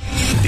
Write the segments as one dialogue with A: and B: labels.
A: The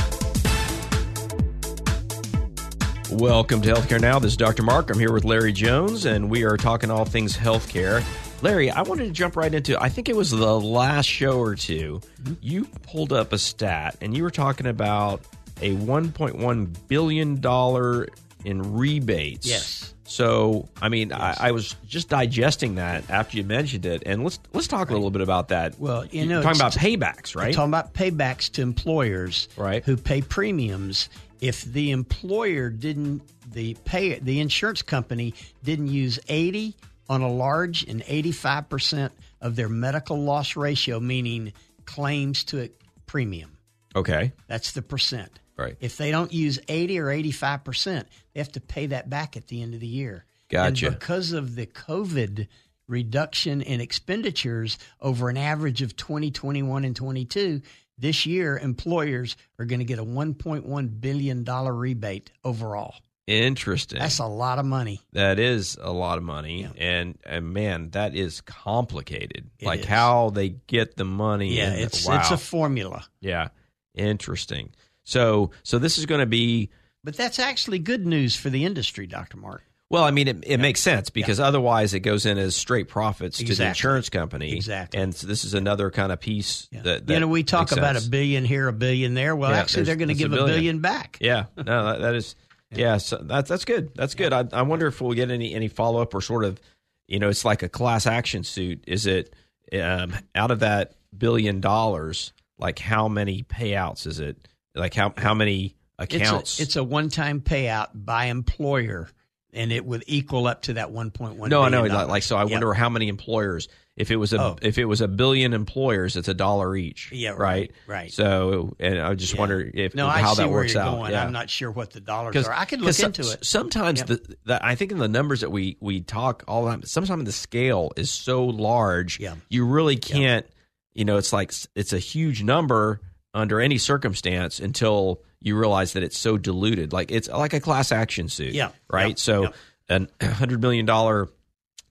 B: Welcome to Healthcare Now. This is Dr. Mark. I'm here with Larry Jones, and we are talking all things healthcare. Larry, I wanted to jump right into. I think it was the last show or 2
C: Mm-hmm.
B: You pulled up a stat, and you were talking about a 1.1 billion dollar in rebates.
C: Yes.
B: So, I mean, I, I was just digesting that after you mentioned it, and let's let's talk a little bit about that.
C: Well, you
B: You're
C: know,
B: talking about
C: it's-
B: paybacks, right?
C: Talking about paybacks to employers
B: Right.
C: who pay premiums. If the employer didn't the pay the insurance company didn't use 80 on a large and 85% of their medical loss ratio meaning claims to premium.
B: okay.
C: That's the percent.
B: Right.
C: If they don't use 80 or 85%, they have to pay that back at the end of the year.
B: Gotcha.
C: And because of the COVID reduction in expenditures over an average of 2021 and 22, this year employers are going to get a 1.1 billion dollar rebate overall.
B: Interesting.
C: That's a lot of money.
B: That is a lot of money, and, and man, that is complicated.
C: It
B: like
C: is.
B: how they get the money.
C: Yeah,
B: and-
C: it's
B: wow.
C: it's a formula.
B: yeah, interesting. So so this is going to be
C: But that's actually good news for the industry, Dr. Mark.
B: well. I mean, it, it makes sense because otherwise it goes in as straight profits to the
C: Exactly.
B: insurance company.
C: Exactly.
B: And so this is another kind of piece
C: Yeah.
B: that,
C: you
B: that
C: know, we
B: makes
C: talk about
B: sense.
C: a billion here, a billion there. Well,
B: Yeah,
C: actually,
B: there's-
C: they're going to
B: there's a
C: give a
B: billion.
C: billion back.
B: Yeah, no, that, that is, yeah, so that's that's good. That's good. I, I wonder if we'll get any any follow up or sort of, you know, it's like a class action suit. Is it um, out of that billion dollars? Like how many payouts is it? Like how how many accounts?
C: It's a, it's a one-time payout by employer, and it would equal up to that one point one.
B: no, I know. Like, like so, I
C: Yep.
B: wonder how many employers. If it was a
C: Oh.
B: if it was a billion employers, it's a dollar each.
C: Yeah,
B: right,
C: right, right.
B: So, and I just
C: Yeah.
B: wonder if
C: no, I
B: how
C: see
B: that
C: where
B: works
C: you're
B: out.
C: Going.
B: Yeah.
C: I'm not sure what the dollars
B: because
C: are. I could
B: 'cause
C: look
B: so-
C: into it.
B: Sometimes
C: Yep.
B: the, the I think in the numbers that we we talk all the time, sometimes the scale is so large,
C: Yeah.
B: you really can't. You know, it's like s- it's a huge number under any circumstance until you realize that it's so diluted. Like it's like a class action suit,
C: Yeah.
B: right.
C: Yeah.
B: So an hundred million dollar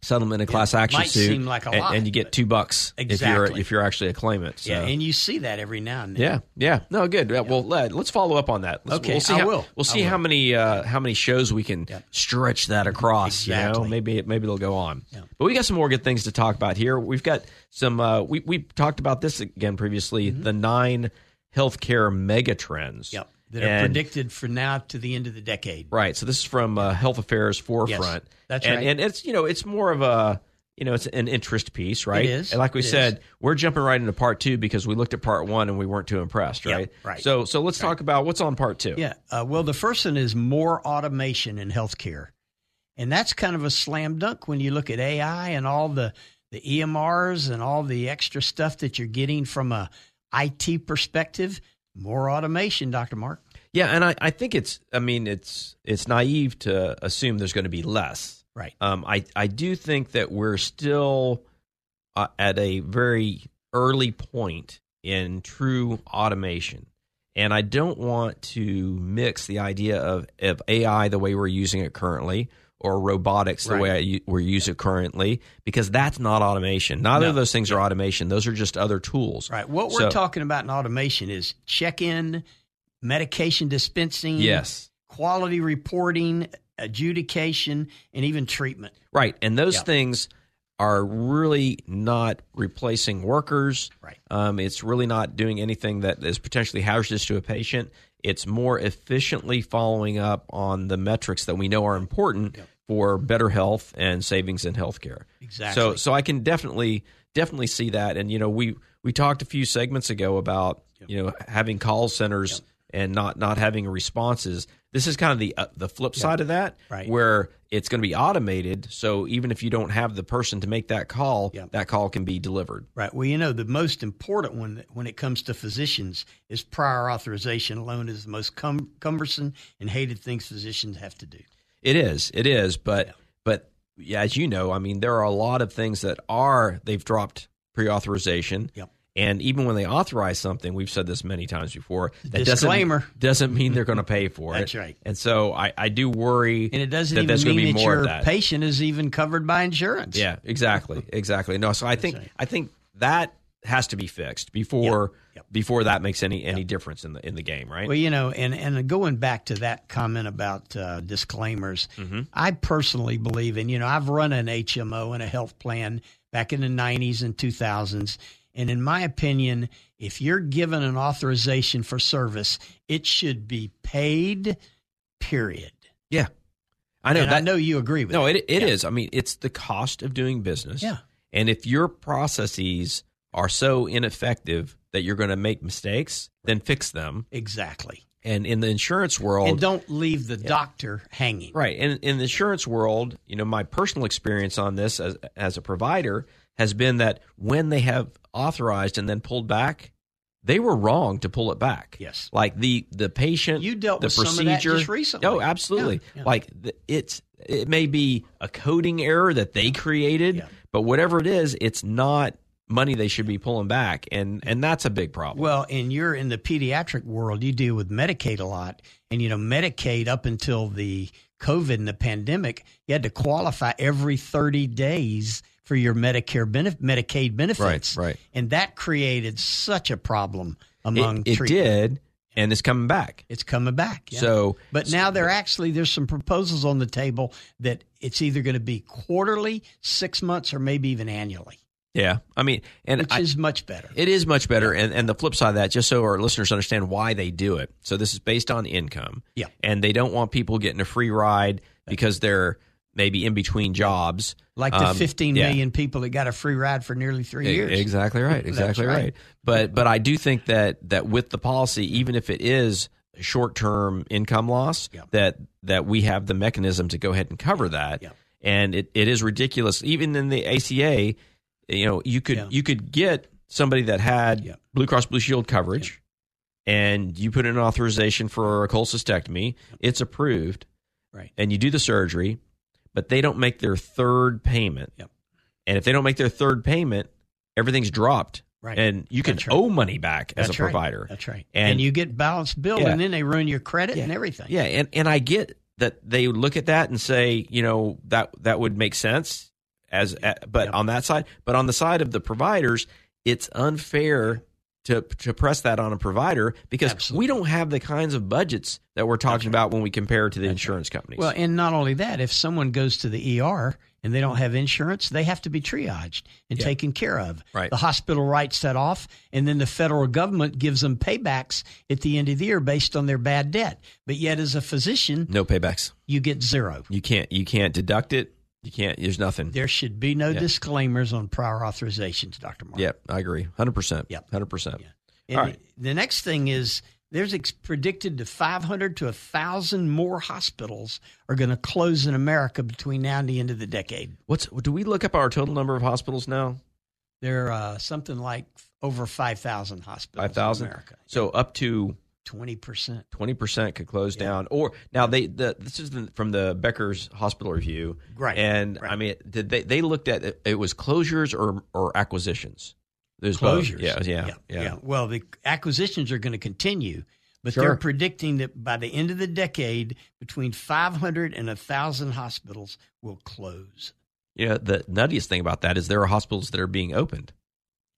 B: settlement in a class action
C: might
B: suit,
C: seem like a
B: and,
C: lot,
B: and you get
C: but-
B: two bucks if you're
C: Exactly.
B: if you're actually a claimant. So.
C: Yeah, and you see that every now and then.
B: Yeah, yeah. No, good. Yeah, Well, let, let's follow up on that. Let's,
C: Okay,
B: we'll see
C: I
B: how,
C: will.
B: We'll
C: I
B: see how
C: will.
B: many uh, how many shows we can
C: Yep.
B: stretch that across. You know,
C: Exactly.
B: maybe it- maybe they'll go on.
C: Yeah.
B: But we got some more good things to talk about here. We've got some. Uh, we we talked about this again previously. The nine healthcare mega trends.
C: Mm-hmm. Yep, that are
B: And-
C: predicted for now to the end of the decade.
B: Right. So this is from uh, Health Affairs Forefront.
C: that's
B: and,
C: right.
B: And it's you know it's more of a you know it's an interest piece, right?
C: is.
B: And like we
C: It is.
B: said, we're jumping right into part two because we looked at part one and we weren't too impressed,
C: Yeah,
B: right?
C: right.
B: So so let's talk about what's on part two.
C: Yeah. Uh, well, the first one is more automation in healthcare. And that's kind of a slam dunk when you look at AI and all the, the EMRs and all the extra stuff that you're getting from a IT perspective. More automation, Dr. Mark.
B: Yeah, and I, I think it's I mean it's it's naive to assume there's going to be less.
C: Right.
B: Um, I I do think that we're still uh, at a very early point in true automation, and I don't want to mix the idea of of AI the way we're using it currently or robotics the
C: Right.
B: way I, u- we're using it currently because that's not automation. Neither
C: No.
B: of those things are automation. Those are just other tools.
C: Right. What we're
B: So-
C: talking about in automation is check in, medication dispensing,
B: Yes.
C: quality reporting, adjudication, and even treatment.
B: Right. And those
C: Yeah.
B: things are really not replacing workers.
C: Right.
B: Um, it's really not doing anything that is potentially hazardous to a patient. It's more efficiently following up on the metrics that we know are important for better health and savings in healthcare.
C: Exactly.
B: So so I can definitely definitely see that. And you know, we we talked a few segments ago about you know having call centers and not not having responses. This is kind of the uh, the flip side of that,
C: Right.
B: where it's going to be automated. So even if you don't have the person to make that call,
C: Yeah.
B: that call can be delivered.
C: Right. Well, you know, the most important one that- when it comes to physicians is prior authorization alone is the most cum- cumbersome and hated things physicians have to do.
B: It is. It is. But but yeah, as you know, I mean, there are a lot of things that are they've dropped pre-authorization.
C: Yep.
B: And even when they authorize something, we've said this many times before. That
C: Disclaimer.
B: doesn't doesn't mean they're going to pay for it.
C: That's right.
B: And so I, I do worry,
C: And it doesn't
B: that there's
C: even
B: going to
C: mean
B: be
C: that
B: more
C: your
B: of that.
C: patient is even covered by insurance.
B: Yeah, exactly, exactly. No, so I think
C: right.
B: I think that has to be fixed before
C: Yep.
B: before that makes any any difference in the in the game, right?
C: Well, you know, and, and going back to that comment about uh, disclaimers,
B: Mm-hmm.
C: I personally believe, and, you know, I've run an HMO and a health plan back in the 90s and 2000s. And in my opinion, if you're given an authorization for service, it should be paid, period.
B: yeah, I know
C: and
B: that.
C: I know you agree with
B: No,
C: that.
B: it it is. I mean, it's the cost of doing business.
C: Yeah.
B: And if your processes are so ineffective that you're going to make mistakes, then fix them.
C: Exactly.
B: And in the insurance world,
C: And don't leave the doctor hanging.
B: Right. And in the insurance world, you know, my personal experience on this as as a provider has been that when they have authorized and then pulled back, they were wrong to pull it back.
C: Yes.
B: Like the the patient,
C: You dealt
B: the
C: with some of
B: procedure.
C: that just recently.
B: Oh, absolutely.
C: Yeah, yeah.
B: Like the, it's it may be a coding error that they created,
C: Yeah.
B: but whatever it is, it's not money they should be pulling back, and and that's a big problem.
C: Well, and you're in the pediatric world, you deal with Medicaid a lot. And, you know, Medicaid up until the COVID and the pandemic, you had to qualify every 30 days for your Medicare benef- Medicaid benefits.
B: right.
C: And that created such a problem among
B: it, it
C: treatment.
B: did, and it's coming back.
C: It's coming back. yeah.
B: So-
C: but now they're actually there's some proposals on the table that it's either going to be quarterly, six months, or maybe even annually,
B: Yeah, I mean, and
C: which
B: I,
C: is much better.
B: It is much better. And, and the flip side of that, just so our listeners understand why they do it. So this is based on income.
C: Yeah.
B: And they don't want people getting a free ride because they're maybe in between jobs.
C: like the
B: Um,
C: fifteen million
B: yeah.
C: people that got a free ride for nearly three
B: E-
C: years.
B: Exactly right.
C: That's
B: Exactly right.
C: right.
B: But but I do think that that with the policy, even if it is short term income loss,
C: Yeah.
B: that that we have the mechanism to go ahead and cover that.
C: Yeah.
B: And it, it is ridiculous. Even in the ACA, you know, you could
C: Yeah.
B: you could get somebody that had
C: Yeah.
B: Blue Cross Blue Shield coverage and you put in an authorization for a cholecystectomy, it's approved
C: Right.
B: and you do the surgery, but they don't make their third payment.
C: Yep.
B: And if they don't make their third payment, everything's dropped.
C: Right.
B: And you can
C: That's right.
B: owe money back as
C: That's
B: a
C: right.
B: provider.
C: That's right. And,
B: And,
C: you get balanced bill,
B: Yeah.
C: and then they ruin your credit
B: Yeah.
C: and everything.
B: Yeah, and, and I get that they look at that and say, you know, that that would make sense as a- but
C: Yep.
B: on that side, but on the side of the providers, it's unfair to to press that on a provider because
C: Absolutely.
B: we don't have the kinds of budgets that we're talking about when we compare to the insurance companies.
C: Well, and not only that, if someone goes to the ER and they don't have insurance, they have to be triaged and taken care of.
B: Right.
C: The hospital writes that off, and then the federal government gives them paybacks at the end of the year based on their bad debt. But yet, as a physician,
B: no paybacks.
C: you get zero.
B: You can't you can't deduct it. You can't. There's nothing.
C: There should be no
B: Yeah.
C: disclaimers on prior authorizations, Dr. Mark.
B: Yep, I agree, hundred percent.
C: Yep.
B: hundred percent.
C: And
B: All right.
C: The next thing is there's ex- predicted to 500 to 1,000 more hospitals are going to close in America between now and the end of the decade.
B: What's do we look up our total number of hospitals now?
C: There are uh, something like over 5,000 hospitals
B: Five thousand.
C: in America.
B: So up to
C: 20%.
B: twenty percent could close down. Or now they the, this is the, from the Becker's Hospital Review,
C: Right,
B: And I
C: right.
B: mean, did they they looked at it, it was closures or or acquisitions? There's both.
C: Closures.
B: Yeah, yeah, yeah,
C: Well, the acquisitions are going to continue, but
B: Sure.
C: they're predicting that by the end of the decade, between 500 and 1,000 hospitals will close.
B: You know, the nuttiest thing about that is there are hospitals that are being opened.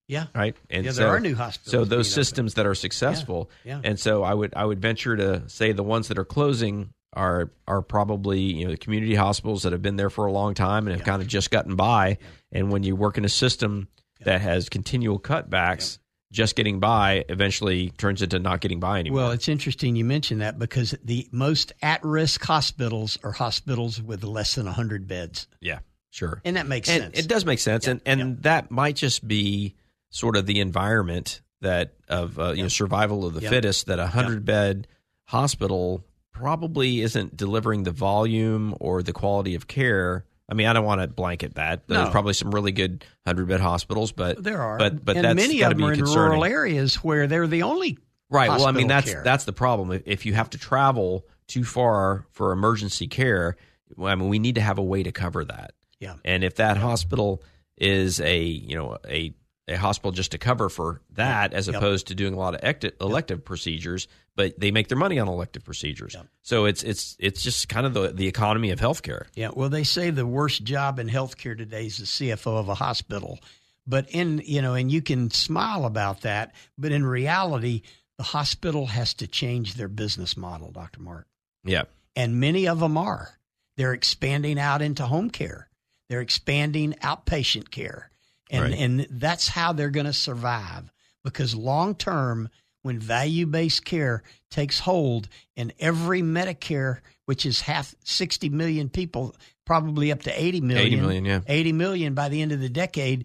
C: Yeah.
B: right? And
C: Yeah,
B: so,
C: there are new
B: So
C: hospitals being opened.
B: those systems that are successful,
C: Yeah, yeah.
B: and so I would I would venture to say the ones that are closing are are probably you know the community hospitals that have been there for a long time and have kind of just gotten by. And when you work in a system that has continual cutbacks, just getting by eventually turns into not getting by anymore.
C: Well, it's interesting you mention that because the most at risk hospitals are hospitals with less than 100 beds.
B: yeah, sure.
C: And that makes
B: And
C: sense.
B: it does make sense, and and that might just be sort of the environment that of uh, you know survival of the
C: Yeah.
B: fittest that a hundred bed hospital probably isn't delivering the volume or the quality of care. I mean, I don't want to blanket that. But There's
C: No.
B: probably some really good hundred bed hospitals, but
C: There are.
B: but but
C: and
B: that's
C: many
B: gotta
C: of them
B: be
C: are in
B: concerning.
C: rural areas where they're the only.
B: Right. Well, I
C: hospital
B: mean that's
C: care.
B: that's the problem. If, if you have to travel too far for emergency care, well, I mean we need to have a way to cover that.
C: Yeah.
B: And if that hospital is a you know a a hospital just to cover for that as
C: Yep.
B: opposed to doing a lot of ecti- elective procedures, but they make their money on elective procedures. So it's it's it's just kind of the the economy of healthcare.
C: Yeah. Well, they say the worst job in healthcare today is the CFO of a hospital. But in, you know, and you can smile about that. But in reality, the hospital has to change their business model, Dr. Mark.
B: Yeah.
C: and many of them are. They're expanding out into home care. They're expanding outpatient care. And
B: Right.
C: and that's how they're going to survive because long term when value-based care takes hold and every Medicare which is half 60 million people probably up to 80 million
B: 80 million, yeah.
C: 80 million by the end of the decade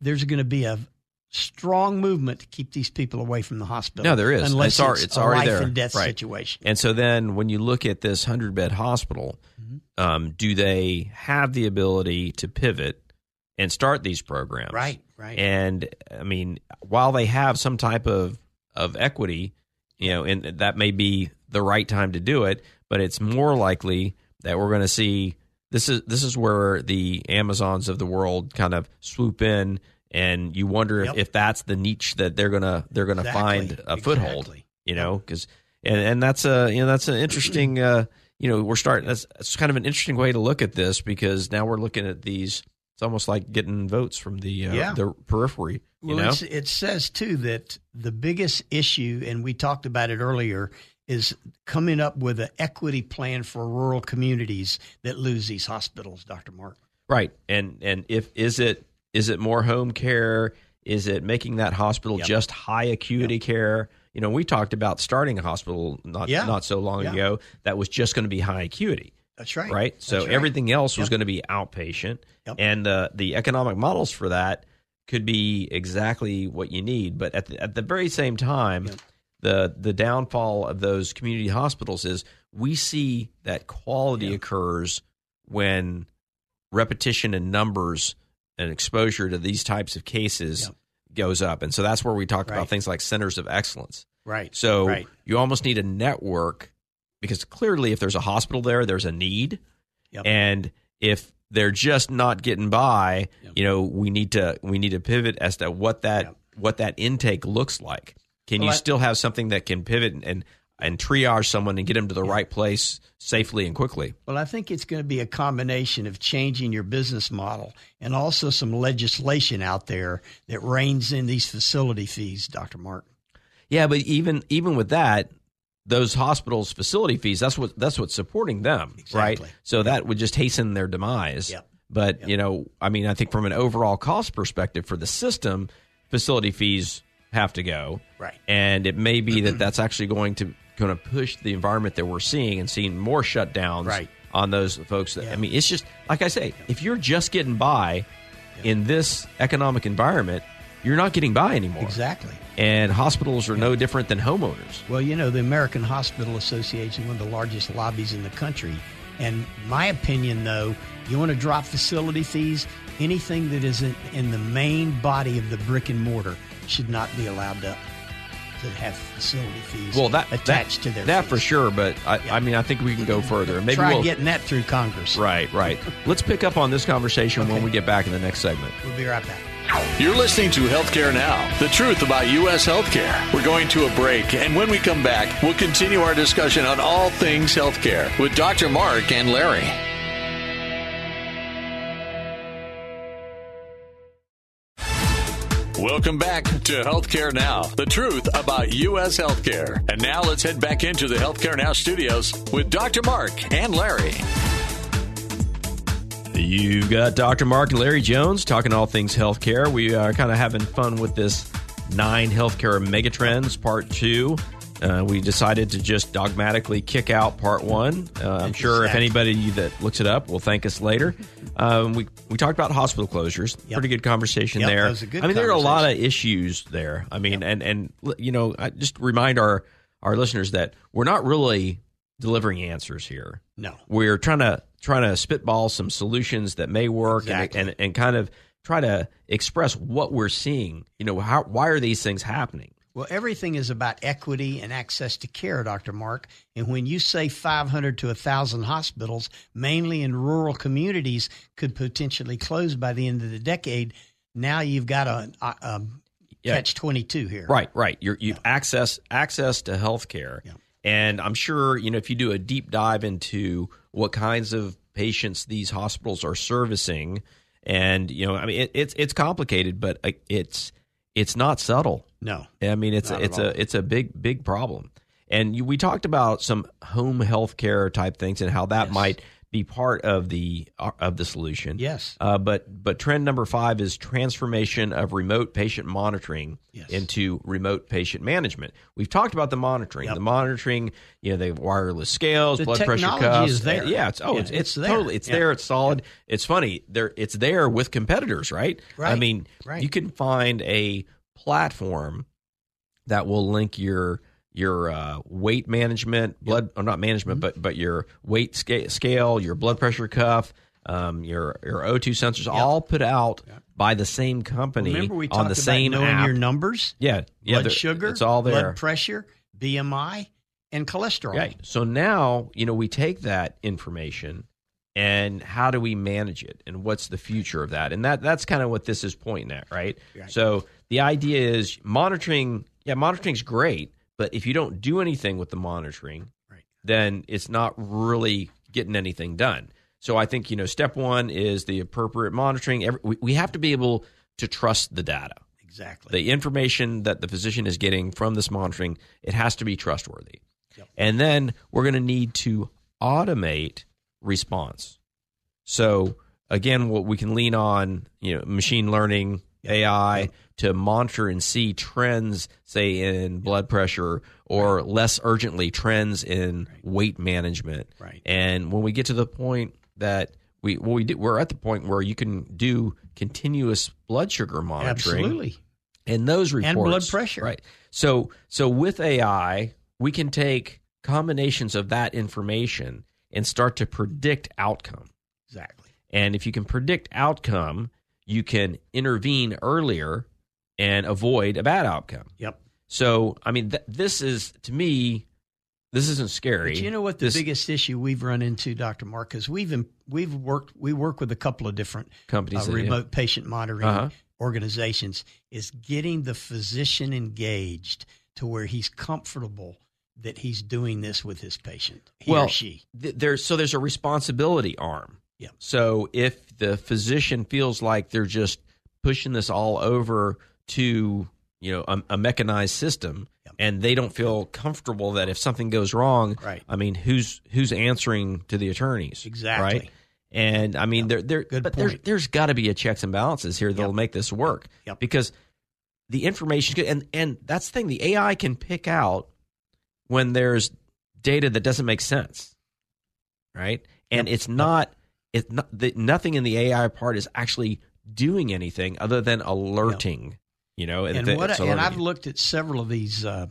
C: there's going to be a strong movement to keep these people away from the hospital
B: No, there is. It's
C: unless it's,
B: al- it's
C: a
B: already
C: life
B: there.
C: and death
B: Right.
C: situation
B: And so then when you look at this 100 bed hospital,
C: Mm-hmm.
B: um, do they have the ability to pivot and start these programs?
C: Right, right.
B: And I mean, while they have some type of, of equity, you know, and that may be the right time to do it, but it's more likely that we're going to see this is this is where the Amazons of the world kind of swoop in and you wonder
C: Yep.
B: if, if that's the niche that they're going to they're going to
C: Exactly,
B: find a foothold
C: exactly.
B: you know because and, and that's a you know that's an interesting uh you know we're starting that's, that's kind of an interesting way to look at this because now we're looking at these it's almost like getting votes from the uh,
C: Yeah.
B: the periphery you
C: Well,
B: know
C: it's, it says too that the biggest issue, and we talked about it earlier, is coming up with an equity plan for rural communities that lose these hospitals, Dr. Mark.
B: right and and if is it is it more home care is it making that hospital
C: Yep.
B: just high acuity care you know we talked about starting a hospital not
C: Yeah.
B: not so long
C: Yeah.
B: ago that was just going to be high acuity
C: That's right.
B: right? So
C: That's right.
B: everything else was
C: Yep.
B: going to be outpatient,
C: Yep.
B: and the the economic models for that could be exactly what you need. But at the, at the very same time, the the downfall of those community hospitals is we see that quality occurs when repetition and numbers and exposure to these types of cases
C: Yep.
B: goes up, and so that's where we talked about
C: Right.
B: things like centers of excellence.
C: Right.
B: So
C: right.
B: you almost need a network because clearly, if there's a hospital there, there's a need,
C: Yep.
B: and if they're just not getting by, you know, we need to we need to pivot as to what that
C: Yep.
B: what that intake looks like. Can
C: Well,
B: you
C: I-
B: still have something that can pivot and and triage someone and get them to the right place safely and quickly?
C: Well, I think it's going to be a combination of changing your business model and also some legislation out there that reins in these facility fees, Dr. Mark.
B: Yeah, but even even with that, those hospitals' facility fees that's what that's what's supporting them,
C: Exactly.
B: right? So that would just hasten their demise.
C: Yep.
B: But you know, I mean, I think from an overall cost perspective for the system, facility fees have to go,
C: Right.
B: And it may be that that's actually going to going to push the environment that we're seeing and seeing more shutdowns
C: Right.
B: on those folks. That, I
C: Yeah.
B: mean, it's just like I say, if you're just getting by in this economic environment, you're not getting by anymore
C: Exactly.
B: and hospitals are no different than homeowners.
C: Well, you know, the American Hospital Association, one of the largest lobbies in the country. And my opinion, though, you want to drop facility fees, anything that isn't in the main body of the brick and mortar should not be allowed to, to have facility fees
B: Well, that
C: attached
B: that,
C: to their
B: that
C: fees.
B: for sure. But I, I mean, I think we can go further. Maybe
C: Try
B: we'll
C: getting that through Congress.
B: right, right. Let's pick up on this conversation when
C: Okay.
B: we get back in the next segment.
C: We'll be right back.
D: You're listening to Healthcare Now, the truth about U.S. healthcare. We're going to a break, and when we come back, we'll continue our discussion on all things healthcare with Dr. Mark and Larry. Welcome back to Healthcare Now, the truth about U.S. healthcare. And now let's head back into the Healthcare Now studios with Dr. Mark and Larry.
B: You've got Dr. Mark and Larry Jones talking all things healthcare. We are kind of having fun with this nine healthcare megatrends, part two. Uh, we decided to just dogmatically kick out part one. Uh, I'm sure if
C: Exactly.
B: anybody that looks it up will thank us later. Um, we we talked about hospital closures. Pretty good conversation
C: Yep,
B: there.
C: that was a good
B: I mean, there are a lot of issues there. I mean, and and you know, I just remind our our listeners that we're not really delivering answers here
C: No.
B: we're trying to trying to spitball some solutions that may work and, and and kind of try to express what we're seeing. You know, how why are these things happening?
C: Well, everything is about equity and access to care, Dr. Mark. And when you say 500 to 1,000 hospitals, mainly in rural communities, could potentially close by the end of the decade, now you've got a, a, a
B: Yeah.
C: catch 22 here.
B: Right, right. You're, you access access to healthcare, and I'm sure you know if you do a deep dive into what kinds of patients these hospitals are servicing, and you know, I mean, it, it's it's complicated, but uh, it's it's not subtle.
C: No.
B: I mean, it's a, it's a it's a big big problem. And you, we talked about some home health care type things and how that might be part of the uh, of the solution.
C: Yes.
B: Uh, but but trend number five is transformation of remote patient monitoring into remote patient management. We've talked about the monitoring, the monitoring, you know, the wireless scales,
C: The
B: blood pressure
C: technology
B: cuffs.
C: is there.
B: Uh, Yeah, it's oh,
C: Yeah,
B: it's, it's,
C: it's there.
B: totally it's
C: Yeah.
B: there. It's solid. It's funny. There, it's there with competitors, right? I
C: Right.
B: mean,
C: Right.
B: you can find a platform that will link your your uh, weight management, blood or not management, but
C: Mm-hmm.
B: but your weight sca- scale, your blood pressure cuff, um, your your O2 sensors, all put out by the same company
C: Remember we talked
B: on the
C: about
B: same
C: knowing
B: app.
C: your numbers,
B: yeah, yeah,
C: blood
B: they're-
C: sugar,
B: It's all there.
C: blood pressure, BMI, and cholesterol.
B: Right. So now, you know, we take that information and how do we manage it and what's the future of that? And that that's kind of what this is pointing at, right? So the idea is monitoring, yeah, monitoring's great, but if you don't do anything with the monitoring,
C: Right.
B: then it's not really getting anything done. So I think, you know, step 1 is the appropriate monitoring. Every, we, we have to be able to trust the data
C: Exactly.
B: the information that the physician is getting from this monitoring it has to be trustworthy and then we're going to need to automate response so again what we can lean on you know machine learning ai to monitor and see trends say in blood pressure or less urgently trends in weight management
C: Right.
B: and when we get to the point that we well, we do, we're at the point where you can do continuous blood sugar monitoring
C: Absolutely.
B: and those reports
C: blood pressure.
B: right so so with ai we can take combinations of that information and start to predict outcome
C: Exactly.
B: and if you can predict outcome you can intervene earlier and avoid a bad outcome
C: Yep.
B: so i mean th- this is to me this isn't scary
C: But you know what the
B: This
C: biggest issue we've run into, Doctor Mark, is we've im- we've worked we work with a couple of different
B: companies
C: uh,
B: that- yeah.
C: remote patient monitoring
B: Uh-huh.
C: organizations is getting the physician engaged to where he's comfortable that he's doing this with his patient, he
B: well,
C: or she.
B: th- there's so there's a responsibility arm.
C: Yeah.
B: So if the physician feels like they're just pushing this all over to you know a, a mechanized system, and they don't feel comfortable that if something goes wrong,
C: Right.
B: I mean, who's who's answering to the attorneys?
C: Exactly.
B: Right. And I mean, there, there,
C: Good
B: but there's,
C: point.
B: there's got to be a checks and balances here that'll make this work
C: Yep.
B: because the information and and that's the thing the AI can pick out when there's data that doesn't make sense, right? And it's not it's not the, nothing in the AI part is actually doing anything other than alerting, you know.
C: And
B: th-
C: what
B: it's
C: I- and
B: alerting
C: I've
B: you.
C: looked at several of these uh,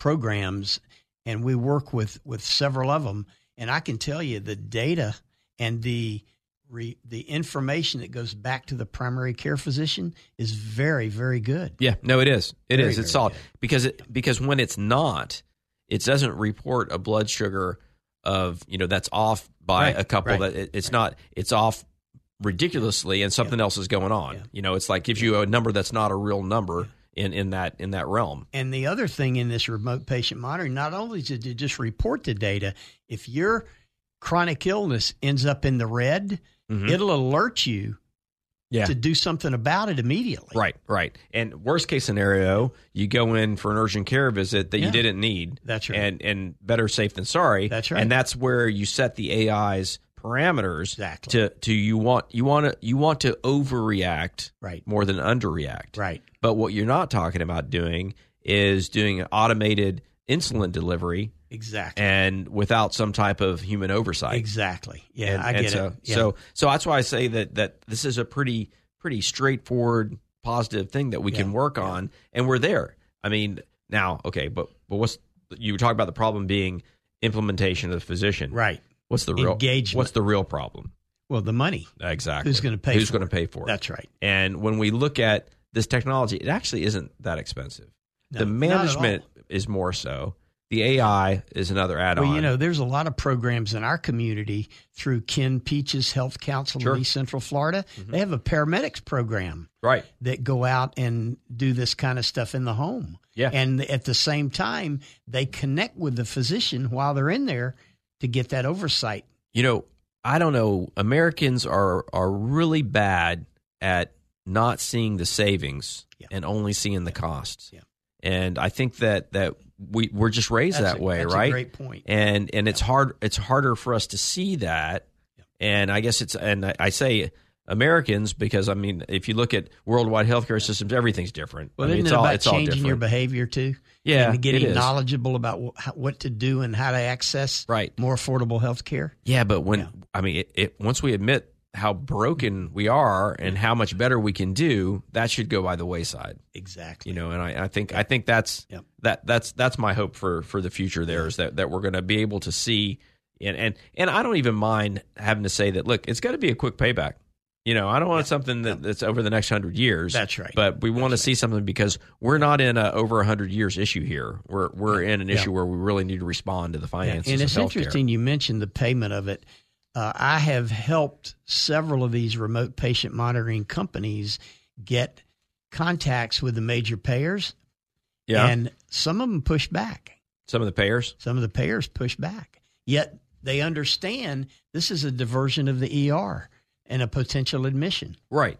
C: programs, and we work with with several of them, and I can tell you the data and the re, the information that goes back to the primary care physician is very very good.
B: Yeah, no, it is. It is.
C: Very,
B: It's
C: very
B: solid
C: good.
B: because it, because when it's not, it doesn't report a blood sugar of you know that's off by
C: Right,
B: a couple
C: right,
B: that it, it's not. It's off ridiculously, and something else is going on. You know, it's like gives you a number that's not a real number in in that in that realm.
C: And the other thing in this remote patient monitoring, not only did you just report the data, if your chronic illness ends up in the red, it'll alert you
B: Mm-hmm. Yeah.
C: to do something about it immediately.
B: Right, right. And worst case scenario, you go in for an urgent care visit that you
C: Yeah.
B: didn't need.
C: That's right.
B: And and better safe than sorry.
C: That's right.
B: And that's where you set the AI's parameters
C: Exactly.
B: to to you want you want to you want to overreact
C: Right.
B: more than underreact
C: Right.
B: but what you're not talking about doing is doing an automated insulin delivery
C: Exactly.
B: and without some type of human oversight
C: exactly. Yeah,
B: and,
C: I
B: and
C: get
B: so,
C: it. Yeah.
B: So so that's why I say that that this is a pretty pretty straightforward positive thing that we can
C: Yeah,
B: work on, and we're there. I mean, now okay, but but what's you were talking about the problem being implementation of the physician,
C: right.
B: What's the real
C: Engagement.
B: What's the real problem?
C: Well, the money.
B: Exactly.
C: Who's gonna pay
B: Who's
C: for
B: going to
C: it?
B: pay for it?
C: That's right.
B: And when we look at this technology, it actually isn't that expensive.
C: No,
B: the
C: not at all.
B: management is more so. The AI is another add-on.
C: Well, you know, there's a lot of programs in our community through Ken Peach's Health Council
B: Sure.
C: in East Central Florida. They have a paramedics program
B: right?
C: that go out and do this kind of stuff in the home.
B: Yeah.
C: And at the same time, they connect with the physician while they're in there to get that oversight.
B: you know, I don't know. Americans are are really bad at not seeing the savings
C: Yeah.
B: and only seeing the costs.
C: Yeah.
B: And I think that that we we're just raised
C: That's
B: that
C: a-
B: way,
C: that's a
B: right?
C: great point.
B: And and it's hard it's harder for us to see that. And I guess it's and I, I say Americans because I mean if you look at worldwide healthcare systems, everything's different. I mean,
C: isn't
B: it's
C: it
B: all
C: about
B: it's all
C: changing
B: different.
C: your behavior too?
B: Yeah,
C: And
B: it
C: getting
B: is.
C: knowledgeable about wh- how- what to do and how to access
B: Right.
C: more affordable health care.
B: Yeah, but when
C: Yeah.
B: I mean, it, it once we admit how broken we are and how much better we can do, that should go by the wayside,
C: Exactly.
B: you know. And I, I think I think that's
C: Yep.
B: that that's that's my hope for for the future. There is that that we're going to be able to see, and and and I don't even mind having to say that. Look, it's got to be a quick payback. You know, I don't want something that, that's over the next hundred years.
C: That's right.
B: But we want to see something because we're not in a over hundred years issue here. We're we're in an issue where we really need to respond to the finances.
C: and
B: of
C: it's
B: healthcare.
C: interesting you mentioned the payment of it. Uh, I have helped several of these remote patient monitoring companies get contacts with the major payers,
B: Yeah,
C: and some of them push back.
B: some of the payers.
C: Some of the payers push back. Yet they understand this is a diversion of the ER and a potential admission.
B: Right.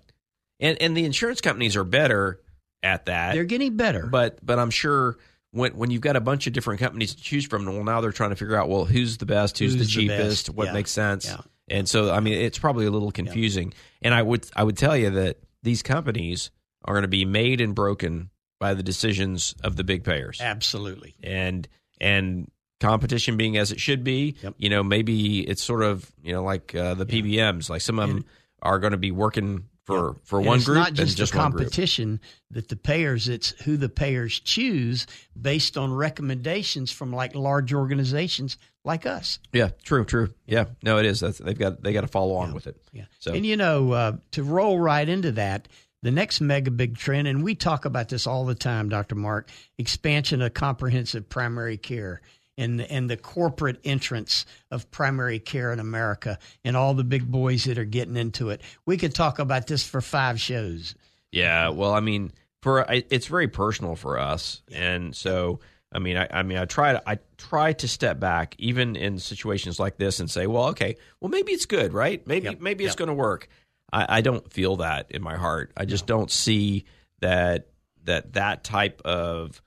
B: And and the insurance companies are better at that.
C: They're getting better.
B: but but I'm sure when when you've got a bunch of different companies to choose from, well now they're trying to figure out well who's the best, who's,
C: Who's
B: the
C: the best?
B: cheapest, what
C: Yeah.
B: makes sense.
C: Yeah.
B: And so I mean it's probably a little confusing. And I would I would tell you that these companies are going to be made and broken by the decisions of the big payers
C: absolutely.
B: and and competition being as it should be
C: Yep.
B: you know maybe it's sort of you know like uh, the pbms like some of them are going to be working for for
C: And
B: one
C: it's
B: group
C: not just,
B: and just
C: the
B: one group
C: competition that the payers it's who the payers choose based on recommendations from like large organizations like us
B: yeah true true yeah no it is that's they've got they got to follow on with it
C: yeah
B: so
C: and you know uh, to roll right into that the next mega big trend and we talk about this all the time dr mark expansion of comprehensive primary care and, and the corporate entrance of primary care in America and all the big boys that are getting into it. We could talk about this for five shows.
B: yeah
C: Mm-hmm.
B: well i mean for I- it's very personal for us and so i mean i, I mean i try to i try to step back even in situations like this and say well okay well maybe it's good right maybe
C: Yep.
B: maybe it's going to work I, I don't feel that in my heart i just don't see that that that type of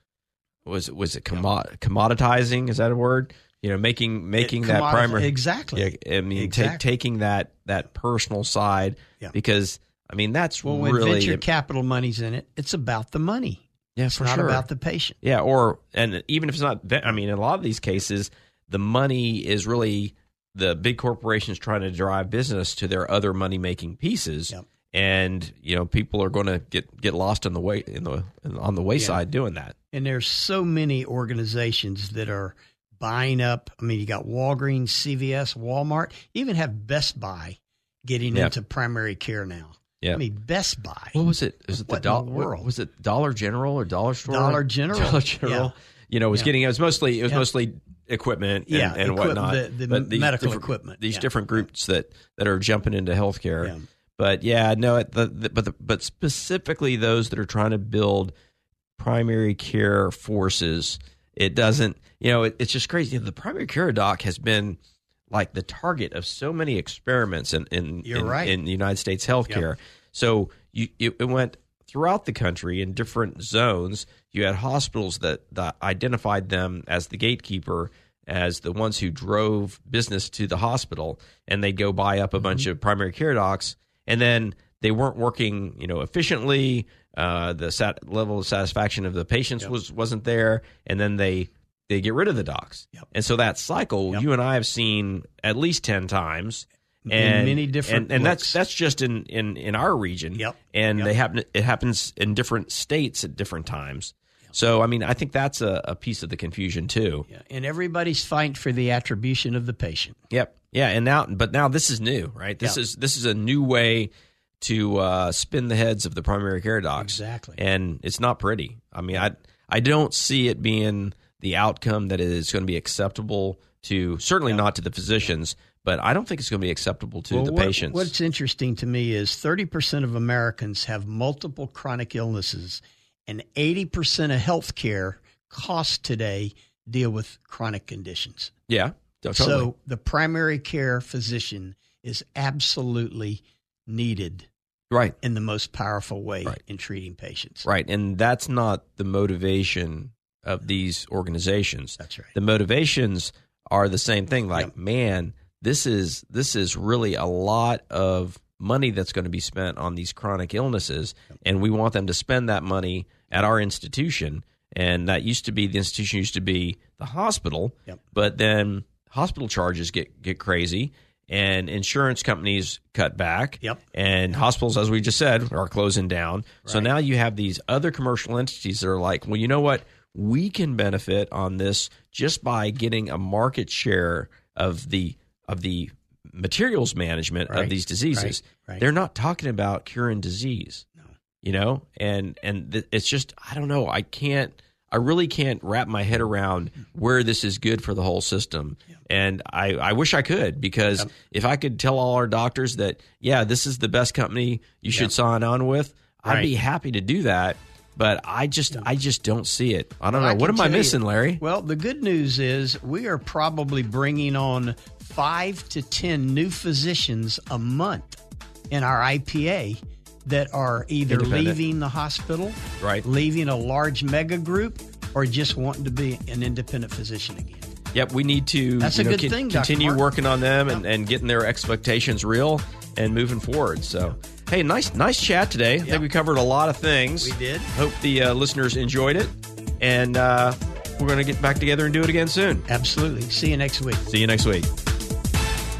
B: was it was it commo- commoditizing is that a word you know making making that
C: commodif-
B: primary
C: Exactly.
B: yeah, i mean ta-
C: Exactly.
B: taking that that personal side
C: Yeah.
B: because i mean that's
C: Well, when
B: really
C: venture capital money's in it, it's about the money.
B: yeah,
C: It's not about the patient.
B: yeah, or and even if it's not, ve- I mean, in a lot of these cases, the money is really the big corporations trying to drive business to their other money making pieces,
C: Yep.
B: and you know people are going to get get lost in the way in the on the wayside doing that.
C: And there's so many organizations that are buying up. I mean, you got Walgreens, CVS, Walmart, you even have Best Buy getting
B: Yeah.
C: into primary care now.
B: Yeah.
C: I mean, Best Buy.
B: What was it? Was it
C: What in
B: the dollar?
C: the world?
B: Was it Dollar General or Dollar Store?
C: Dollar General.
B: Dollar General.
C: Yeah.
B: You know, it was getting. It was mostly. It was
C: Yeah.
B: mostly equipment. And,
C: Yeah,
B: and
C: equip-
B: whatnot.
C: the- the
B: But these
C: medical
B: different-
C: equipment.
B: These
C: Yeah.
B: different groups that that are jumping into healthcare.
C: Yeah.
B: But yeah, no. It, the, the, but the, but specifically those that are trying to build primary care forces. It doesn't. You know, it, it's just crazy. The primary care doc has been like the target of so many experiments in in,
C: You're
B: in,
C: right.
B: in the United States healthcare. So you it, it went throughout the country in different zones. You had hospitals that, that identified them as the gatekeeper, as the ones who drove business to the hospital and they'd go buy
C: Mm-hmm.
B: up a bunch of primary care docs and then they weren't working you know efficiently uh, the sat- level of satisfaction of the patients was wasn't there and then they they get rid of the docs
C: Yep.
B: and so that cycle
C: Yep.
B: you and i have seen at least 10 times
C: In many different
B: and, and that's
C: looks.
B: that's just in in in our region
C: Yep.
B: and
C: Yep.
B: they happen it happens in different states at different times so i mean i think that's a, a piece of the confusion too
C: Yeah, and everybody's fighting for the attribution of the patient.
B: Yep. Yeah, and now but now this is new, right? This
C: Yeah.
B: is this is a new way to uh, spin the heads of the primary care docs.
C: Exactly.
B: And it's not pretty. I mean, I I don't see it being the outcome that is going to be acceptable to certainly not to the physicians, but I don't think it's going to be acceptable to
C: Well,
B: the
C: what-
B: patients.
C: What's interesting to me is 30% of Americans have multiple chronic illnesses, and 80% of healthcare costs today deal with chronic conditions.
B: yeah. Oh, Totally.
C: So the primary care physician is absolutely needed
B: right.
C: in the most powerful way
B: Right.
C: in treating patients.
B: Right. And that's not the motivation of these organizations.
C: That's right.
B: The motivations are the same thing. Like,
C: Yep.
B: man, this is this is really a lot of money that's going to be spent on these chronic illnesses. And we want them to spend that money at our institution. And that used to be the institution used to be the hospital.
C: Yep.
B: But then hospital charges get, get crazy and insurance companies cut back
C: Yep.
B: and hospitals, as we just said, are closing down. So now you have these other commercial entities that are like, well, you know what? We can benefit on this just by getting a market share of the of the materials management of
C: Right,
B: these diseases.
C: right, right.
B: They're not talking about curing disease, you know, and and th- it's just I don't know. I can't. I really can't wrap my head around where this is good for the whole system. And I, I wish I could because if I could tell all our doctors that, yeah, this is the best company you should sign on with, I'd
C: Right.
B: be happy to do that. But I just I just don't see it. I don't know.
C: I
B: what
C: can
B: am I
C: tell you-
B: missing, Larry?
C: Well, the good news is we are probably bringing on five to 10 new physicians a month in our IPA that are either
B: Independent.
C: leaving the hospital,
B: Right.
C: leaving a large mega group, or just wanting to be an independent physician again.
B: Yep, we need to
C: That's
B: you
C: a
B: know,
C: good
B: con-
C: thing, Dr.
B: continue
C: Martin.
B: working on them and, and getting their expectations real and moving forward. So, hey, nice nice chat today. I think we covered a lot of things.
C: We did.
B: Hope the uh, listeners enjoyed it, and uh, we're going to get back together and do it again soon.
C: Absolutely. See you next week.
B: See you next week.